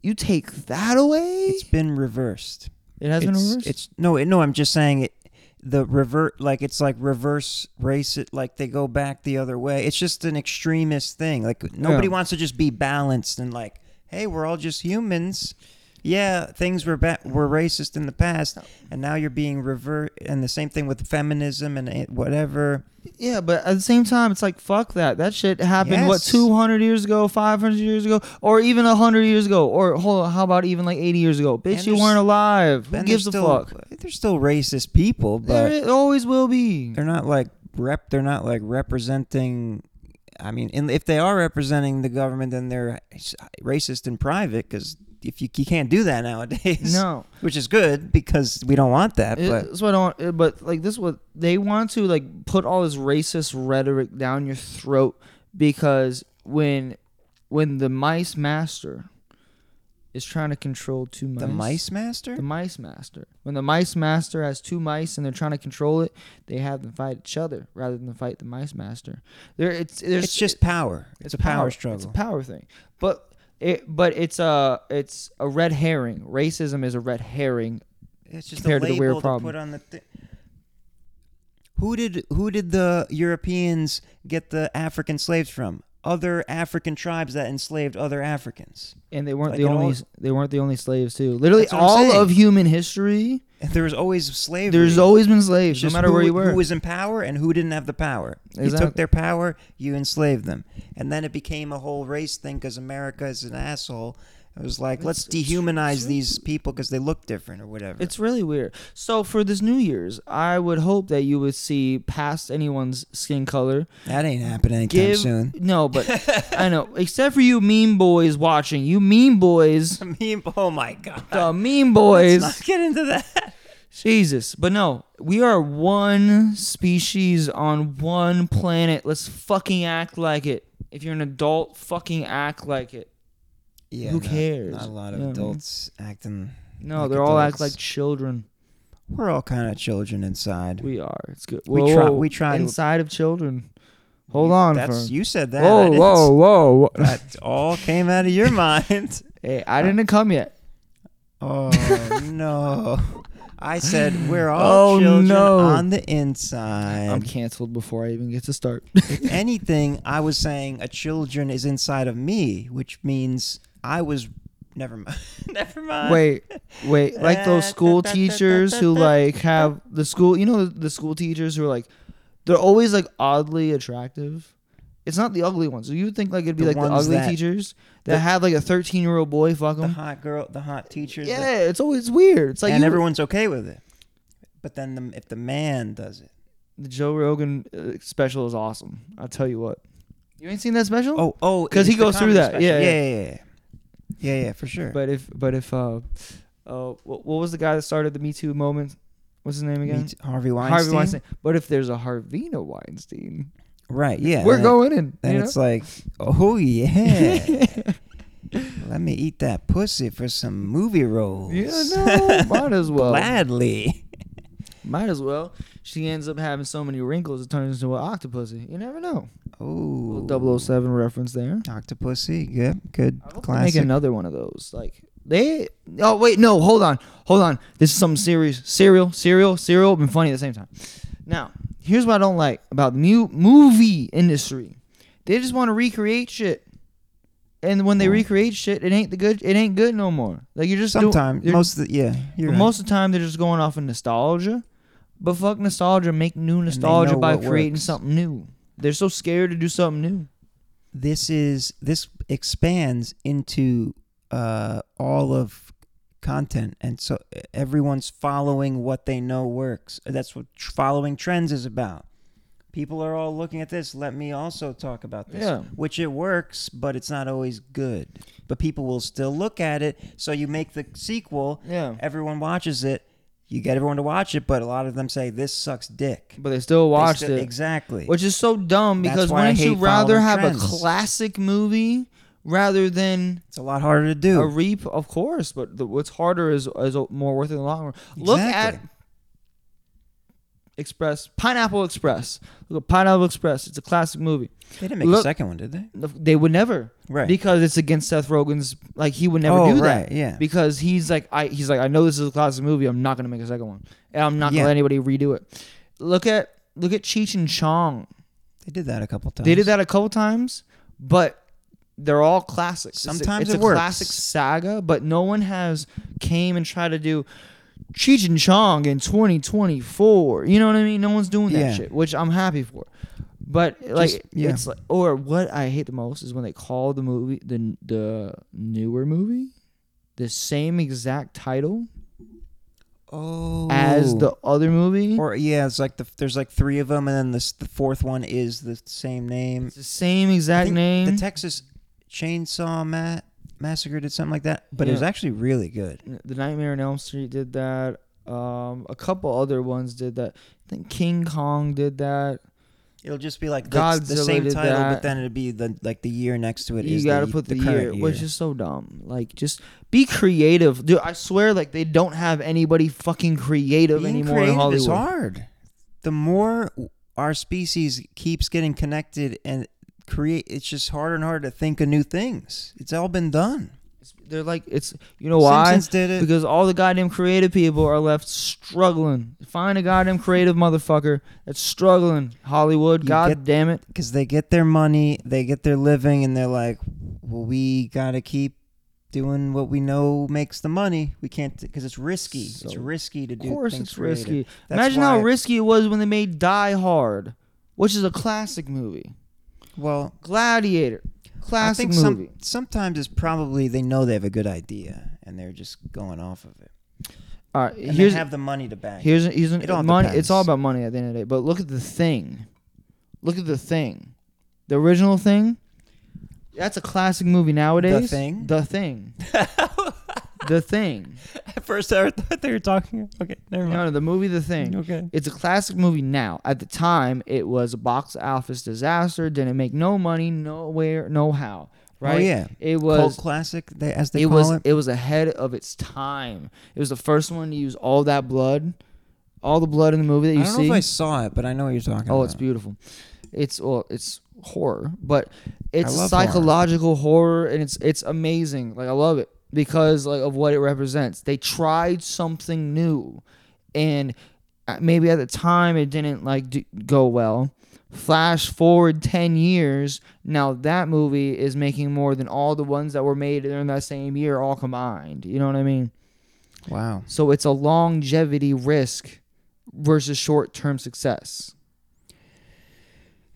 [SPEAKER 2] You take that away,
[SPEAKER 1] It's been reversed.
[SPEAKER 2] it has
[SPEAKER 1] it's,
[SPEAKER 2] been reversed.
[SPEAKER 1] It's no, it, no. I'm just saying it. The revert, like it's like reverse race. It like they go back the other way. It's just an extremist thing. Like nobody
[SPEAKER 2] Yeah.
[SPEAKER 1] wants to just be balanced and like, hey, we're all just humans. Yeah, things were ba- were racist in the past, and now you're being revert. And the same thing with feminism and eh, whatever.
[SPEAKER 2] Yeah, but at the same time, it's like fuck that. That shit happened what
[SPEAKER 1] Yes.
[SPEAKER 2] two hundred years ago, five hundred years ago, or even hundred years ago, or hold on, how about even like eighty years ago? Bitch,
[SPEAKER 1] And
[SPEAKER 2] you
[SPEAKER 1] there's-
[SPEAKER 2] weren't alive. Who
[SPEAKER 1] And
[SPEAKER 2] gives a
[SPEAKER 1] they're still,
[SPEAKER 2] fuck?
[SPEAKER 1] They're still racist people, but
[SPEAKER 2] there it always will be.
[SPEAKER 1] they're not like rep. They're not like representing. I mean, in, if they are representing the government, then they're s- racist in private because if you, you can't do that nowadays,
[SPEAKER 2] No,
[SPEAKER 1] [laughs] which is good because we don't want that.
[SPEAKER 2] It-
[SPEAKER 1] but
[SPEAKER 2] that's what I want. it- But like this, what they want to like put all this racist rhetoric down your throat because when when the mice master is trying to control two mice,
[SPEAKER 1] the mice master,
[SPEAKER 2] The mice master. When the mice master has two mice and they're trying to control it, they have them fight each other rather than fight the mice master. There, it's there's,
[SPEAKER 1] it's just power. It's, a power, struggle.
[SPEAKER 2] It's a power thing. But it, but it's a it's a red herring. Racism is a red herring.
[SPEAKER 1] It's just
[SPEAKER 2] compared
[SPEAKER 1] a
[SPEAKER 2] to the
[SPEAKER 1] label
[SPEAKER 2] weird
[SPEAKER 1] to
[SPEAKER 2] problem.
[SPEAKER 1] put on the thi- Who did who did the Europeans get the African slaves from? Other African tribes that enslaved other Africans.
[SPEAKER 2] And they weren't
[SPEAKER 1] Like
[SPEAKER 2] the
[SPEAKER 1] in all-
[SPEAKER 2] only they weren't the only slaves too. Literally
[SPEAKER 1] That's what I'm
[SPEAKER 2] all
[SPEAKER 1] saying.
[SPEAKER 2] of human history,
[SPEAKER 1] There was always slavery.
[SPEAKER 2] there's always been
[SPEAKER 1] It's
[SPEAKER 2] slaves, no
[SPEAKER 1] just
[SPEAKER 2] matter
[SPEAKER 1] who,
[SPEAKER 2] where you were.
[SPEAKER 1] Who was in power and who didn't have the power. You took
[SPEAKER 2] Exactly.
[SPEAKER 1] their power, you enslaved them. And then it became a whole race thing because America is an asshole. It was like, let's dehumanize these people because they look different or whatever.
[SPEAKER 2] It's really weird. So for this New Year's, I would hope that you would see past anyone's skin color
[SPEAKER 1] that ain't happening anytime
[SPEAKER 2] give
[SPEAKER 1] soon. [laughs]
[SPEAKER 2] no, but I know. Except for you mean boys watching, you mean boys,
[SPEAKER 1] [laughs] I mean, oh my God.
[SPEAKER 2] the mean boys.
[SPEAKER 1] Let's not get into that.
[SPEAKER 2] Jesus, but no, we are one species on one planet. Let's fucking act like it. If you're an adult, fucking act like it.
[SPEAKER 1] Yeah,
[SPEAKER 2] Who
[SPEAKER 1] not-
[SPEAKER 2] cares?
[SPEAKER 1] Not a lot of
[SPEAKER 2] You know what I mean?
[SPEAKER 1] adults acting.
[SPEAKER 2] No,
[SPEAKER 1] Like
[SPEAKER 2] they're all act
[SPEAKER 1] adults.
[SPEAKER 2] like children.
[SPEAKER 1] We're all kind of children inside.
[SPEAKER 2] We are. It's good.
[SPEAKER 1] We
[SPEAKER 2] Whoa,
[SPEAKER 1] try-
[SPEAKER 2] whoa,
[SPEAKER 1] we try to-
[SPEAKER 2] inside of children. Hold on,
[SPEAKER 1] That's
[SPEAKER 2] for.
[SPEAKER 1] you said that. I
[SPEAKER 2] Whoa,
[SPEAKER 1] didn't-
[SPEAKER 2] whoa, whoa!
[SPEAKER 1] [laughs] That all came out of your [laughs] mind.
[SPEAKER 2] Hey, I didn't come yet.
[SPEAKER 1] Oh no. I said we're all
[SPEAKER 2] Oh,
[SPEAKER 1] children
[SPEAKER 2] no.
[SPEAKER 1] on the
[SPEAKER 2] I'm
[SPEAKER 1] inside.
[SPEAKER 2] canceled before I even get to start. [laughs]
[SPEAKER 1] if anything, I was saying a children is inside of me, which means I was never mind. [laughs] never mind.
[SPEAKER 2] wait wait like those school
[SPEAKER 1] [laughs] Da, da, da,
[SPEAKER 2] teachers who
[SPEAKER 1] da, da,
[SPEAKER 2] like have the school you know the school teachers who are like they're always like oddly attractive it's not the ugly ones you would think like it'd be
[SPEAKER 1] The
[SPEAKER 2] like the
[SPEAKER 1] ones
[SPEAKER 2] ugly
[SPEAKER 1] that-
[SPEAKER 2] teachers that
[SPEAKER 1] the-
[SPEAKER 2] have like a 13 year old boy fuck
[SPEAKER 1] The
[SPEAKER 2] 'em.
[SPEAKER 1] hot girl, the hot teachers. the-
[SPEAKER 2] yeah it's always weird it's like
[SPEAKER 1] and
[SPEAKER 2] you,
[SPEAKER 1] everyone's okay with it. But then the, if the man does it.
[SPEAKER 2] the joe rogan uh, special is awesome i'll tell you what you ain't seen that special
[SPEAKER 1] Oh, oh,
[SPEAKER 2] 'Cause he
[SPEAKER 1] it's the
[SPEAKER 2] goes through
[SPEAKER 1] comedy
[SPEAKER 2] that.
[SPEAKER 1] special.
[SPEAKER 2] Yeah,
[SPEAKER 1] yeah,
[SPEAKER 2] yeah.
[SPEAKER 1] yeah, yeah. Yeah, yeah, for sure.
[SPEAKER 2] but if but if uh uh what, what was the guy that started the me too movement? what's his name
[SPEAKER 1] Me
[SPEAKER 2] again
[SPEAKER 1] too- Harvey Weinstein.
[SPEAKER 2] harvey weinstein but if there's a harvina weinstein
[SPEAKER 1] Right, yeah.
[SPEAKER 2] We're
[SPEAKER 1] and-
[SPEAKER 2] going in.
[SPEAKER 1] And
[SPEAKER 2] you
[SPEAKER 1] it's
[SPEAKER 2] know?
[SPEAKER 1] like,
[SPEAKER 2] [laughs]
[SPEAKER 1] oh yeah, let me eat that pussy for some movie roles.
[SPEAKER 2] yeah,
[SPEAKER 1] [laughs]
[SPEAKER 2] [laughs] no, might as well.
[SPEAKER 1] gladly.
[SPEAKER 2] Might as well. She ends up having so many wrinkles it turns into an octopussy. You never know.
[SPEAKER 1] Oh,
[SPEAKER 2] Little 007 reference there.
[SPEAKER 1] Octopussy, good, good
[SPEAKER 2] I hope they make
[SPEAKER 1] classic.
[SPEAKER 2] another one of those. Like they. Oh wait, no, hold on, hold on. This is something serious. Serial, serial, serial, and funny at the same time. Now, here's what I don't like about the mu- movie industry. They just want to recreate shit. And when they
[SPEAKER 1] Well.
[SPEAKER 2] recreate shit, it ain't the good. It ain't good no more. Like you're just doing-
[SPEAKER 1] Sometimes,
[SPEAKER 2] you're-
[SPEAKER 1] most of the, yeah, you're
[SPEAKER 2] But
[SPEAKER 1] right.
[SPEAKER 2] most of the time, they're just going off of nostalgia. But fuck nostalgia, make new nostalgia
[SPEAKER 1] know
[SPEAKER 2] by
[SPEAKER 1] what
[SPEAKER 2] creating
[SPEAKER 1] works.
[SPEAKER 2] something new. They're so scared to do something new.
[SPEAKER 1] this is this expands into uh, all of content, and so everyone's following what they know works. That's what tr- following trends is about. People are all looking at this. Let me also talk about this,
[SPEAKER 2] Yeah.
[SPEAKER 1] which it works, but it's not always good. But people will still look at it. So you make the sequel.
[SPEAKER 2] Yeah.
[SPEAKER 1] Everyone watches it. You get everyone to watch it, but a lot of them say this sucks dick.
[SPEAKER 2] But they still
[SPEAKER 1] They
[SPEAKER 2] watched
[SPEAKER 1] still-
[SPEAKER 2] it.
[SPEAKER 1] exactly.
[SPEAKER 2] Which is so dumb
[SPEAKER 1] That's
[SPEAKER 2] because
[SPEAKER 1] why I
[SPEAKER 2] wouldn't you
[SPEAKER 1] hate
[SPEAKER 2] rather
[SPEAKER 1] following
[SPEAKER 2] have
[SPEAKER 1] trends.
[SPEAKER 2] a classic movie rather than
[SPEAKER 1] it's a lot harder to do.
[SPEAKER 2] a reap? Of course, but the, what's harder is is more worth it in the long run. Look at
[SPEAKER 1] Exactly.
[SPEAKER 2] Express Pineapple Express. Look at Pineapple Express. It's a classic movie.
[SPEAKER 1] They didn't make
[SPEAKER 2] Look-
[SPEAKER 1] a second one, did they?
[SPEAKER 2] They would never,
[SPEAKER 1] Right.
[SPEAKER 2] Because it's against Seth Rogen's. Like he would never
[SPEAKER 1] Oh,
[SPEAKER 2] do
[SPEAKER 1] right,
[SPEAKER 2] that,
[SPEAKER 1] yeah.
[SPEAKER 2] Because he's like, I he's like, I know this is a classic movie. I'm not gonna make a second one, and I'm not
[SPEAKER 1] Yeah.
[SPEAKER 2] gonna let anybody redo it. Look at look at Cheech and Chong.
[SPEAKER 1] They did that a couple times.
[SPEAKER 2] They did that a couple times, but they're all classics. It's a-
[SPEAKER 1] Sometimes
[SPEAKER 2] it's a,
[SPEAKER 1] it works.
[SPEAKER 2] classic saga, but no one has came and tried to do Cheech and Chong in 2024. You know what I mean? No one's doing that
[SPEAKER 1] Yeah.
[SPEAKER 2] shit, which I'm happy for. But like,
[SPEAKER 1] Just- yeah.
[SPEAKER 2] it's like, or what I hate the most is when they call the movie the the newer movie the same exact title
[SPEAKER 1] Oh,
[SPEAKER 2] as the other movie.
[SPEAKER 1] or yeah, it's like the there's like three of them, and then this the fourth one is the same name.
[SPEAKER 2] it's the same
[SPEAKER 1] I
[SPEAKER 2] exact
[SPEAKER 1] think
[SPEAKER 2] name.
[SPEAKER 1] The Texas Chainsaw Ma- Massacre did something like that, but it was
[SPEAKER 2] Yeah.
[SPEAKER 1] actually really good.
[SPEAKER 2] The Nightmare on Elm Street did that. Um, a couple other ones did that. I think King Kong did that.
[SPEAKER 1] It'll just be like the, the
[SPEAKER 2] Godzilla
[SPEAKER 1] same
[SPEAKER 2] did
[SPEAKER 1] title,
[SPEAKER 2] that.
[SPEAKER 1] but then it'd be the like the year next to it.
[SPEAKER 2] you
[SPEAKER 1] is
[SPEAKER 2] gotta
[SPEAKER 1] the,
[SPEAKER 2] put the,
[SPEAKER 1] current
[SPEAKER 2] year, which is so dumb. Like, just be creative, dude. I swear, like they don't have anybody fucking creative
[SPEAKER 1] Being
[SPEAKER 2] anymore in
[SPEAKER 1] creative
[SPEAKER 2] Hollywood.
[SPEAKER 1] is hard. The more our species keeps getting connected and create, it's just harder and harder to think of new things. It's all been done.
[SPEAKER 2] They're like, it's you know why?
[SPEAKER 1] Simpsons did it.
[SPEAKER 2] because all the goddamn creative people are left struggling. Find a goddamn creative motherfucker that's struggling. Hollywood,
[SPEAKER 1] You
[SPEAKER 2] god
[SPEAKER 1] get-
[SPEAKER 2] damn it.
[SPEAKER 1] because they get their money, they get their living, and they're like, well, we gotta keep doing what we know makes the money. We can't because it's risky. it's
[SPEAKER 2] So-
[SPEAKER 1] risky to
[SPEAKER 2] Of
[SPEAKER 1] do.
[SPEAKER 2] course,
[SPEAKER 1] things
[SPEAKER 2] it's
[SPEAKER 1] creative.
[SPEAKER 2] risky.
[SPEAKER 1] That's
[SPEAKER 2] Imagine how
[SPEAKER 1] why-
[SPEAKER 2] risky it was when they made Die Hard, which is a classic movie.
[SPEAKER 1] Well,
[SPEAKER 2] Gladiator,
[SPEAKER 1] I
[SPEAKER 2] classic
[SPEAKER 1] think
[SPEAKER 2] movie.
[SPEAKER 1] some, sometimes it's probably they know they have a good idea and they're just going off of it.
[SPEAKER 2] all right,
[SPEAKER 1] And
[SPEAKER 2] here's
[SPEAKER 1] they have the money to back. it.
[SPEAKER 2] here's here's an,
[SPEAKER 1] It all
[SPEAKER 2] money.
[SPEAKER 1] depends.
[SPEAKER 2] It's all about money at the end of the day. But look at the thing. Look at the thing. The original thing. That's a classic movie nowadays.
[SPEAKER 1] Thing?
[SPEAKER 2] The
[SPEAKER 1] [laughs]
[SPEAKER 2] thing. the thing.
[SPEAKER 1] At first, I thought they were talking. Okay, never
[SPEAKER 2] No, no, the movie The Thing.
[SPEAKER 1] Okay.
[SPEAKER 2] It's a classic movie now. At the time, it was a box office disaster. Didn't make no money, nowhere, no how. Right?
[SPEAKER 1] Oh, yeah.
[SPEAKER 2] It
[SPEAKER 1] Cult
[SPEAKER 2] was.
[SPEAKER 1] classic, they, as they
[SPEAKER 2] It
[SPEAKER 1] call
[SPEAKER 2] was.
[SPEAKER 1] it.
[SPEAKER 2] It was ahead of its time. It was the first one to use all that blood, all the blood in the movie that you
[SPEAKER 1] I don't
[SPEAKER 2] see.
[SPEAKER 1] know if I saw it, but I know what you're talking about.
[SPEAKER 2] oh, it's beautiful. It's well, it's horror, but it's
[SPEAKER 1] love
[SPEAKER 2] psychological horror. and it's it's amazing. Like I love it because like of what it represents. They tried something new, and uh, maybe at the time it didn't like do, go well. Flash forward ten years, now that movie is making more than all the ones that were made during that same year all combined. You know what I mean?
[SPEAKER 1] Wow.
[SPEAKER 2] So it's a longevity risk versus short term success.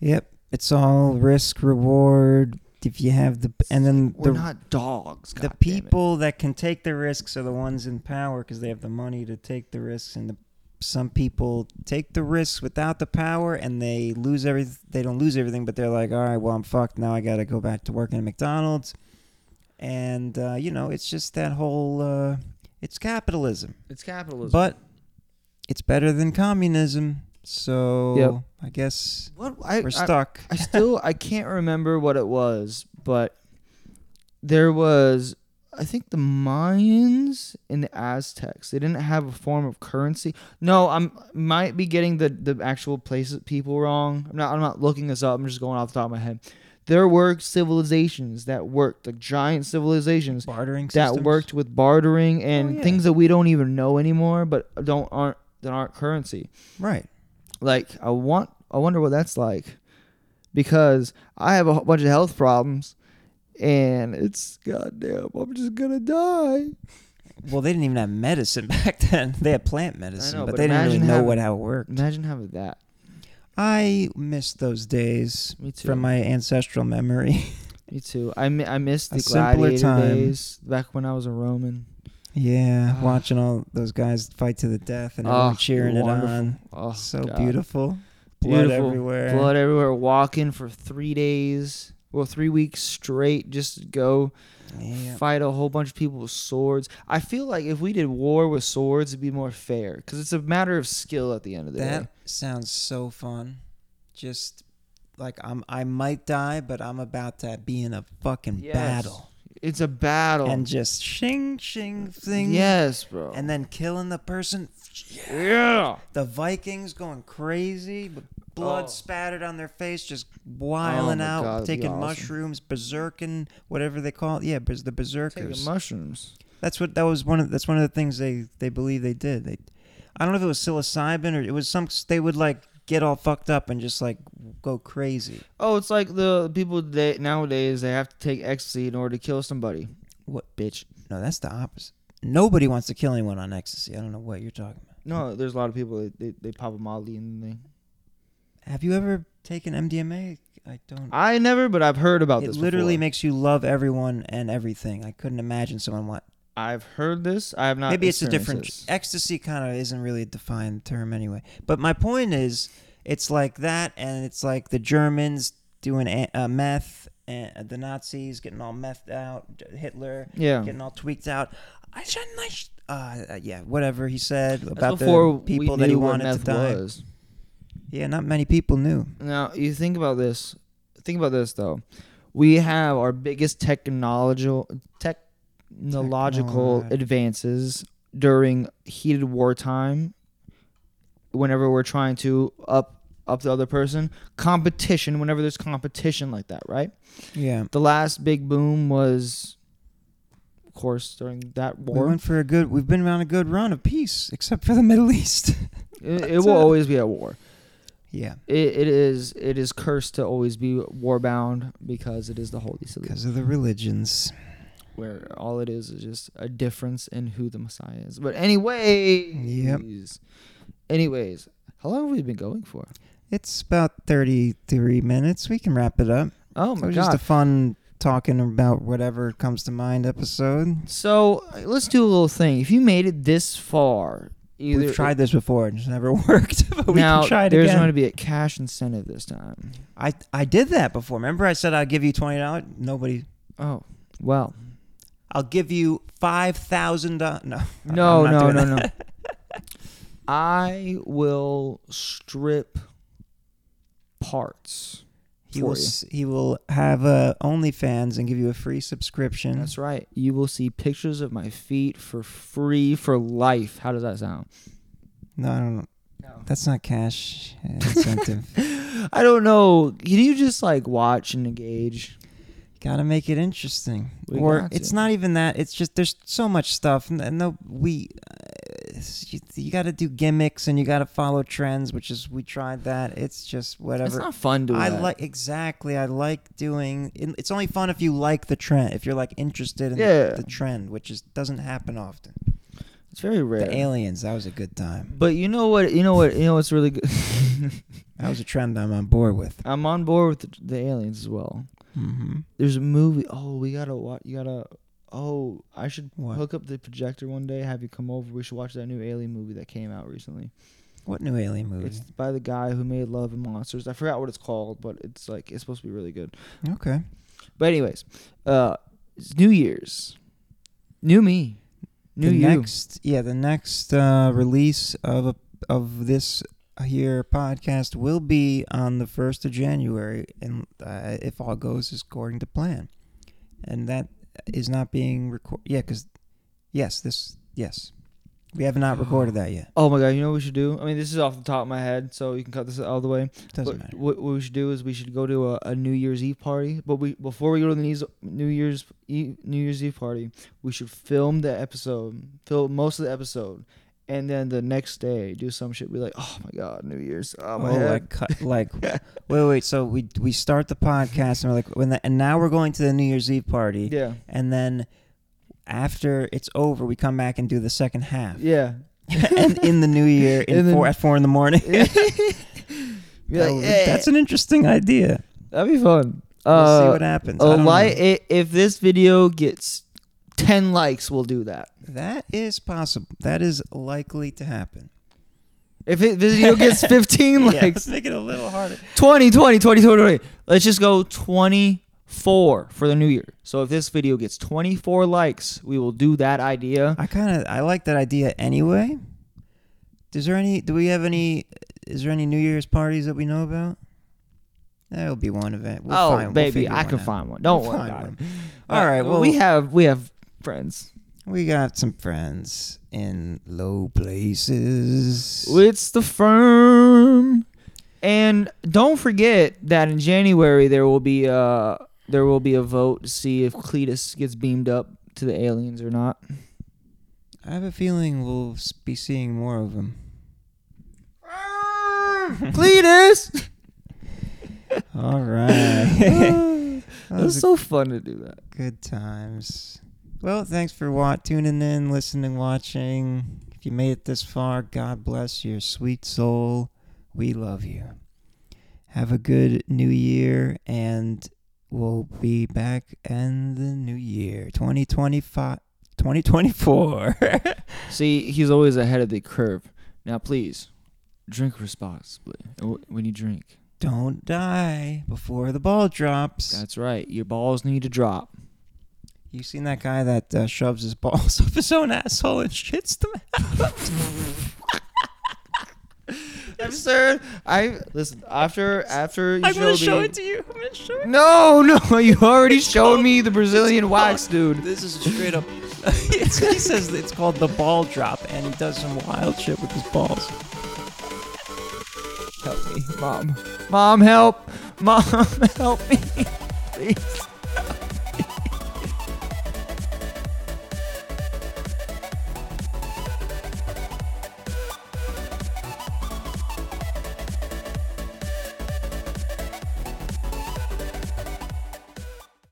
[SPEAKER 1] Yep, it's all risk reward. If you have the and then
[SPEAKER 2] We're
[SPEAKER 1] the
[SPEAKER 2] not dogs.
[SPEAKER 1] the
[SPEAKER 2] goddammit.
[SPEAKER 1] people that can take the risks are the ones in power because they have the money to take the risks, and the, some people take the risks without the power and they lose every they don't lose everything, but they're like, all right, well I'm fucked now. I got to go back to working at McDonald's, and uh, you know it's just that whole uh, it's capitalism,
[SPEAKER 2] It's capitalism.
[SPEAKER 1] but it's better than communism. So
[SPEAKER 2] Yep.
[SPEAKER 1] I guess
[SPEAKER 2] what I,
[SPEAKER 1] we're
[SPEAKER 2] I-
[SPEAKER 1] stuck.
[SPEAKER 2] I still I can't remember what it was, but there was I think the Mayans and the Aztecs. They didn't have a form of currency. No, I'm might be getting the the actual places people wrong. I'm not I'm not looking this up. I'm just going off the top of my head. There were civilizations that worked, like giant civilizations
[SPEAKER 1] Bartering
[SPEAKER 2] that
[SPEAKER 1] systems? Oh,
[SPEAKER 2] worked with bartering and
[SPEAKER 1] yeah.
[SPEAKER 2] things that we don't even know anymore, but don't aren't that aren't currency
[SPEAKER 1] right.
[SPEAKER 2] like I want I wonder what that's like because I have a whole bunch of health problems and it's goddamn I'm just gonna die.
[SPEAKER 1] Well, they didn't even have medicine [laughs] back then. They had plant medicine,
[SPEAKER 2] know,
[SPEAKER 1] but,
[SPEAKER 2] but
[SPEAKER 1] they didn't really
[SPEAKER 2] imagine
[SPEAKER 1] know
[SPEAKER 2] having-
[SPEAKER 1] what how it worked.
[SPEAKER 2] Imagine having that.
[SPEAKER 1] I miss those days
[SPEAKER 2] Me too.
[SPEAKER 1] from my ancestral memory. [laughs]
[SPEAKER 2] Me too. I mi- I miss
[SPEAKER 1] A
[SPEAKER 2] the
[SPEAKER 1] simpler
[SPEAKER 2] gladiator
[SPEAKER 1] time.
[SPEAKER 2] days back when I was a Roman.
[SPEAKER 1] yeah,
[SPEAKER 2] Ah.
[SPEAKER 1] watching all those guys fight to the death and
[SPEAKER 2] Oh,
[SPEAKER 1] everyone cheering
[SPEAKER 2] wonderful.
[SPEAKER 1] it on.
[SPEAKER 2] Oh,
[SPEAKER 1] so
[SPEAKER 2] God.
[SPEAKER 1] beautiful. Blood
[SPEAKER 2] Beautiful.
[SPEAKER 1] everywhere.
[SPEAKER 2] Blood everywhere. Walking for three days, well, three weeks straight. Just go
[SPEAKER 1] Yeah.
[SPEAKER 2] fight a whole bunch of people with swords. I feel like if we did war with swords, it'd be more fair because it's a matter of skill at the end of the
[SPEAKER 1] That
[SPEAKER 2] day.
[SPEAKER 1] sounds so fun. Just like I'm I might die, but I'm about to be in a fucking
[SPEAKER 2] Yes.
[SPEAKER 1] battle.
[SPEAKER 2] It's a battle.
[SPEAKER 1] And just shing shing thing.
[SPEAKER 2] Yes, bro.
[SPEAKER 1] And then killing the person.
[SPEAKER 2] yeah.
[SPEAKER 1] The Vikings going crazy, but blood
[SPEAKER 2] Oh.
[SPEAKER 1] spattered on their face, just wiling
[SPEAKER 2] my
[SPEAKER 1] out,
[SPEAKER 2] God, that'd be
[SPEAKER 1] taking
[SPEAKER 2] awesome.
[SPEAKER 1] mushrooms, berserking, whatever they call it. Yeah, bers- the berserkers.
[SPEAKER 2] Taking mushrooms.
[SPEAKER 1] That's what that was one of that's one of the things they they believe they did. They, I don't know if it was psilocybin or it was some. They would like get all fucked up and just like go crazy.
[SPEAKER 2] Oh, it's like the people that nowadays they have to take ecstasy in order to kill somebody.
[SPEAKER 1] What?
[SPEAKER 2] bitch?
[SPEAKER 1] No, that's the opposite. Nobody wants to kill anyone on ecstasy. I don't know what you're talking about.
[SPEAKER 2] No, there's a lot of people that they, they pop a molly and they.
[SPEAKER 1] Have you ever taken MDMA? I don't.
[SPEAKER 2] I never, but I've heard about
[SPEAKER 1] it
[SPEAKER 2] this.
[SPEAKER 1] literally
[SPEAKER 2] before.
[SPEAKER 1] makes you love everyone and everything. I couldn't imagine someone want.
[SPEAKER 2] I've heard this. I have not.
[SPEAKER 1] Maybe it's a
[SPEAKER 2] experienced
[SPEAKER 1] different
[SPEAKER 2] this.
[SPEAKER 1] ecstasy. Kind of isn't really a defined term anyway. But my point is, it's like that, and it's like the Germans doing a- uh, meth, and the Nazis getting all methed out, Hitler
[SPEAKER 2] Yeah.
[SPEAKER 1] getting all tweaked out. I shouldn't. I sh- uh, yeah, whatever he said
[SPEAKER 2] That's
[SPEAKER 1] about
[SPEAKER 2] before
[SPEAKER 1] the
[SPEAKER 2] we
[SPEAKER 1] people that he
[SPEAKER 2] knew what
[SPEAKER 1] wanted to
[SPEAKER 2] meth
[SPEAKER 1] die.
[SPEAKER 2] was.
[SPEAKER 1] Yeah, not many people knew.
[SPEAKER 2] Now you think about this. Think about this though. We have our biggest technological technological
[SPEAKER 1] Technolog-
[SPEAKER 2] advances during heated wartime. Whenever we're trying to up up the other person, competition. Whenever there's competition like that, right?
[SPEAKER 1] Yeah,
[SPEAKER 2] The last big boom was, of course, during that
[SPEAKER 1] we
[SPEAKER 2] war.
[SPEAKER 1] went for a good. We've been on a good run of peace, except for the Middle East. [laughs]
[SPEAKER 2] it, it will always be a war.
[SPEAKER 1] yeah,
[SPEAKER 2] It, it is it is cursed to always be war bound because it is the holy city.
[SPEAKER 1] because of the religions.
[SPEAKER 2] where all it is is just a difference in who the Messiah is. But anyways, anyways, how long have we been going for?
[SPEAKER 1] It's about 33 minutes. We can wrap it up.
[SPEAKER 2] Oh
[SPEAKER 1] it
[SPEAKER 2] my
[SPEAKER 1] was
[SPEAKER 2] god!
[SPEAKER 1] just a fun talking about whatever comes to mind episode.
[SPEAKER 2] so uh, let's do a little thing. If you made it this far, either
[SPEAKER 1] We've tried this before and it's never [laughs] worked, but we
[SPEAKER 2] now
[SPEAKER 1] can try it
[SPEAKER 2] there's
[SPEAKER 1] again.
[SPEAKER 2] going to be a cash incentive this time.
[SPEAKER 1] I, I did that before. Remember I said I'll give you $20? Nobody.
[SPEAKER 2] Oh well,
[SPEAKER 1] I'll give you $5,000.
[SPEAKER 2] no,
[SPEAKER 1] No. Uh, I'm not
[SPEAKER 2] no,
[SPEAKER 1] doing
[SPEAKER 2] no,
[SPEAKER 1] that. [laughs]
[SPEAKER 2] no. I will strip parts.
[SPEAKER 1] He
[SPEAKER 2] for
[SPEAKER 1] will,
[SPEAKER 2] you.
[SPEAKER 1] s- he will have uh, OnlyFans and give you a free subscription.
[SPEAKER 2] That's right. You will see pictures of my feet for free for life. How does that sound?
[SPEAKER 1] no, I don't That's not
[SPEAKER 2] [laughs]
[SPEAKER 1] cash incentive.
[SPEAKER 2] I don't know. Can you just like watch and engage?
[SPEAKER 1] Gotta make it interesting.
[SPEAKER 2] We
[SPEAKER 1] or
[SPEAKER 2] got to.
[SPEAKER 1] it's not even that. It's just there's so much stuff. And no, we uh, you, you got to do gimmicks and you got to follow trends, which is we tried that. It's just
[SPEAKER 2] It's
[SPEAKER 1] whatever.
[SPEAKER 2] not fun to.
[SPEAKER 1] I
[SPEAKER 2] that.
[SPEAKER 1] like exactly. I like doing. and It's only fun if you like the trend. If you're like interested in the-
[SPEAKER 2] Yeah.
[SPEAKER 1] the, trend, which is doesn't happen often.
[SPEAKER 2] It's very rare.
[SPEAKER 1] The aliens. That was a good time.
[SPEAKER 2] but you know what? You know what? You know what's really good. [laughs]
[SPEAKER 1] That was a trend I'm on board with.
[SPEAKER 2] I'm on board with the, the aliens as well.
[SPEAKER 1] Mm-hmm.
[SPEAKER 2] There's a movie. Oh, we gotta watch. You gotta. Oh, I should
[SPEAKER 1] What?
[SPEAKER 2] hook up the projector one day. Have you come over? We should watch that new alien movie that came out recently.
[SPEAKER 1] What new alien movie?
[SPEAKER 2] It's by the guy who made Love and Monsters. I forgot what it's called, but it's like it's supposed to be really good.
[SPEAKER 1] okay.
[SPEAKER 2] But anyways, uh, it's New Year's, new me, new
[SPEAKER 1] the
[SPEAKER 2] you.
[SPEAKER 1] next yeah the next uh, release of a, of this here podcast will be on the first of January, and uh, if all goes according to plan, and that is not being recorded. Yeah, because yes, this yes, we have not recorded that yet.
[SPEAKER 2] Oh my god, you know what we should do? I mean, this is off the top of my head, so you can cut this all the way.
[SPEAKER 1] Doesn't
[SPEAKER 2] but
[SPEAKER 1] matter.
[SPEAKER 2] What, what we should do is we should go to a, a New Year's Eve party. But we before we go to the Nees- New Year's Eve, New Year's Eve party, we should film the episode, film most of the episode, and then the next day do some shit. Be like, oh my god, New Year's. Oh my
[SPEAKER 1] oh,
[SPEAKER 2] head.
[SPEAKER 1] like
[SPEAKER 2] [laughs]
[SPEAKER 1] cut, like wait, wait. So we we start the podcast, and we're like, when the, and now we're going to the New Year's Eve party,
[SPEAKER 2] yeah,
[SPEAKER 1] and then after it's over, we come back and do the second half.
[SPEAKER 2] yeah.
[SPEAKER 1] [laughs] and in the new year in
[SPEAKER 2] And then-
[SPEAKER 1] [laughs] four at four in the morning.
[SPEAKER 2] Be You're
[SPEAKER 1] That
[SPEAKER 2] like,
[SPEAKER 1] would-
[SPEAKER 2] "Eh."
[SPEAKER 1] That's an interesting idea.
[SPEAKER 2] That'd be fun.
[SPEAKER 1] We'll see
[SPEAKER 2] Uh,
[SPEAKER 1] what happens. I
[SPEAKER 2] a
[SPEAKER 1] don't
[SPEAKER 2] like i if this video gets ten likes, we'll do that.
[SPEAKER 1] know. That is possible. That is likely to happen. [laughs]
[SPEAKER 2] If it, this video gets fifteen
[SPEAKER 1] Yeah,
[SPEAKER 2] likes,
[SPEAKER 1] let's make it a little harder.
[SPEAKER 2] 20, 20, 20, 20, 20. Let's just go 24 for the new year. So if this video gets 24 likes, we will do that idea.
[SPEAKER 1] I kind of I like that idea anyway. Is there any? Do we have any? Is there any New Year's parties that we know about? There'll be one event. We'll
[SPEAKER 2] oh,
[SPEAKER 1] find, we'll
[SPEAKER 2] baby,
[SPEAKER 1] figure
[SPEAKER 2] I
[SPEAKER 1] one
[SPEAKER 2] can
[SPEAKER 1] out.
[SPEAKER 2] find one. Don't
[SPEAKER 1] We'll
[SPEAKER 2] worry
[SPEAKER 1] find
[SPEAKER 2] about it.
[SPEAKER 1] one. All right. Well,
[SPEAKER 2] we have we have friends.
[SPEAKER 1] we got some friends in low places.
[SPEAKER 2] It's the firm. And don't forget that in January there will be uh there will be a vote to see if Cletus gets beamed up to the aliens or not.
[SPEAKER 1] I have a feeling we'll s- be seeing more of them.
[SPEAKER 2] [laughs] [laughs] Cletus.
[SPEAKER 1] All [laughs] right.
[SPEAKER 2] It's
[SPEAKER 1] Those are
[SPEAKER 2] so fun to do that.
[SPEAKER 1] good times. Well, thanks for wa- tuning in, listening, watching. If you made it this far, God bless your sweet soul. We love you. Have a good new year, and we'll be back in the new year 2025. 2024.
[SPEAKER 2] See, he's always ahead of the curve. Now, please drink responsibly w- when you drink.
[SPEAKER 1] [laughs] Don't die before the ball drops.
[SPEAKER 2] That's right. Your balls need to drop.
[SPEAKER 1] You seen that guy that uh, shoves his balls [laughs] up his own asshole and shits them
[SPEAKER 2] Absurd. I listen after after you
[SPEAKER 1] I'm gonna
[SPEAKER 2] showed
[SPEAKER 1] show
[SPEAKER 2] me-
[SPEAKER 1] it to you. I'm gonna show it.
[SPEAKER 2] No, no, [laughs] you already showed
[SPEAKER 1] called-
[SPEAKER 2] me the Brazilian
[SPEAKER 1] it's
[SPEAKER 2] wax, dude.
[SPEAKER 1] This is straight up. [laughs] it's, he says it's called the ball drop, and he does some wild shit with his balls.
[SPEAKER 2] [laughs] Help me, mom. Mom, help. Mom, help me. Please.